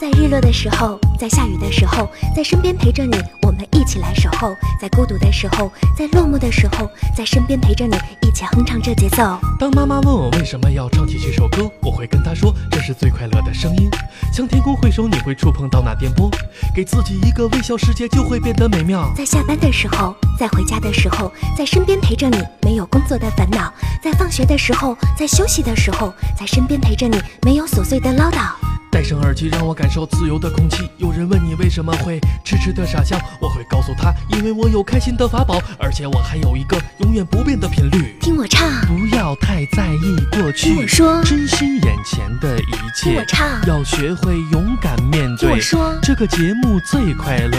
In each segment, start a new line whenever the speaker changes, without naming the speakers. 在日落的时候，在下雨的时候，在身边陪着你，我们一起来守候；在孤独的时候，在落寞的时候，在身边陪着你，一起哼唱这节奏。
当妈妈问我为什么要唱起这首歌，我会跟她说这是最快乐的声音。向天空挥手，你会触碰到那电波，给自己一个微笑，世界就会变得美妙。
在下班的时候，在回家的时候，在身边陪着你，没有工作的烦恼；在放学的时候，在休息的时候，在身边陪着你，没有琐碎的唠叨。
戴上耳机，让我感受自由的空气。有人问你为什么会痴痴的傻笑，我会告诉他，因为我有开心的法宝，而且我还有一个永远不变的频率。
听我唱，
不要太在意过
听
去
我，说，
珍惜眼前的一
听我
切，
唱，
要学会勇敢面
听我
对。
说，
这个节目最快乐。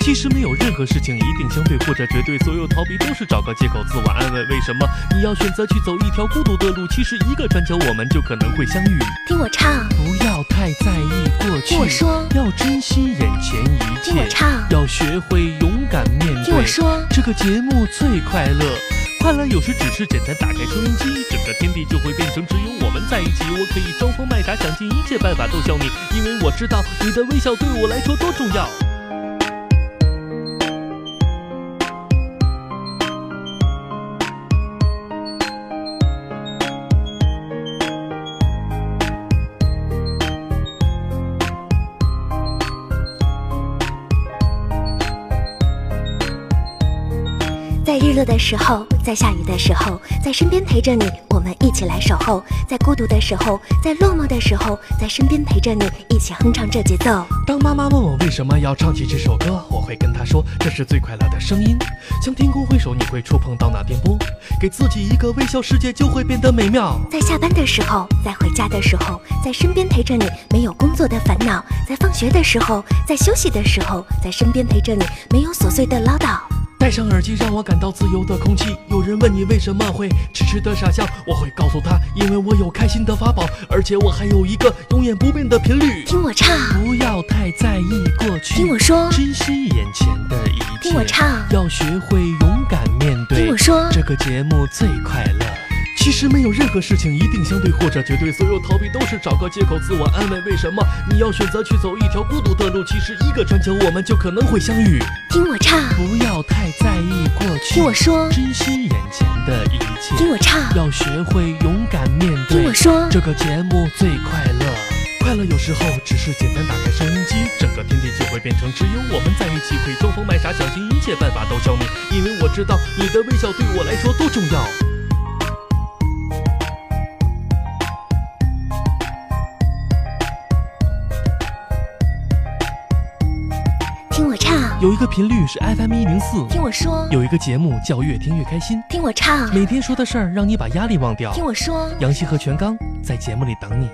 其实没有任何事情一定相对或者绝对，所有逃避都是找个借口自我安慰。为什么你要选择去走一条孤独的路？其实一个转角，我们就可能会相遇。
听我唱，
不要太在意过去
听我，说，
要珍惜眼前一
听我
切，
唱，
要学会勇敢面
听我
对。
说。
这个节目最快乐，快乐有时只是简单打开收音机，整个天地就会变成只有我们在一起。我可以装疯卖傻，想尽一切办法逗笑你，因为我知道你的微笑对我来说多重要。
在日落的时候，在下雨的时候，在身边陪着你，我们一起来守候；在孤独的时候，在落寞的时候，在身边陪着你，一起哼唱这节奏。
当妈妈问我为什么要唱起这首歌，我会跟她说这是最快乐的声音。向天空挥手，你会触碰到那电波，给自己一个微笑，世界就会变得美妙。
在下班的时候，在回家的时候，在身边陪着你，没有工作的烦恼；在放学的时候，在休息的时候，在身边陪着你，没有琐碎的唠叨。
戴上耳机，让我感到自由的空气。有人问你为什么会痴痴的傻笑，我会告诉他，因为我有开心的法宝，而且我还有一个永远不变的频率。
听我唱，
不要太在意过去
听，我说，
珍惜眼前的一切。
听我唱，
要学会勇敢面
听
对
我。说，
这个节目最快乐。其实没有任何事情一定相对或者绝对，所有逃避都是找个借口自我安慰。为什么你要选择去走一条孤独的路？其实一个转角，我们就可能会相遇。
听我唱，
不要太在意过去，
听我说，
珍惜眼前的一切
听，我唱，
要学会勇敢面
听
对
我。说，
这个节目最快乐，快乐有时候只是简单打开收音机，整个天地就会变成只有我们在一起，可以装疯卖傻，想尽一切办法逗笑你，因为我知道你的微笑对我来说多重要。
听我唱，
有一个频率是 FM 一零四，
听我说，
有一个节目叫越听越开心，
听我唱，
每天说的事儿让你把压力忘掉。
听我说。
杨希和全刚在节目里等你。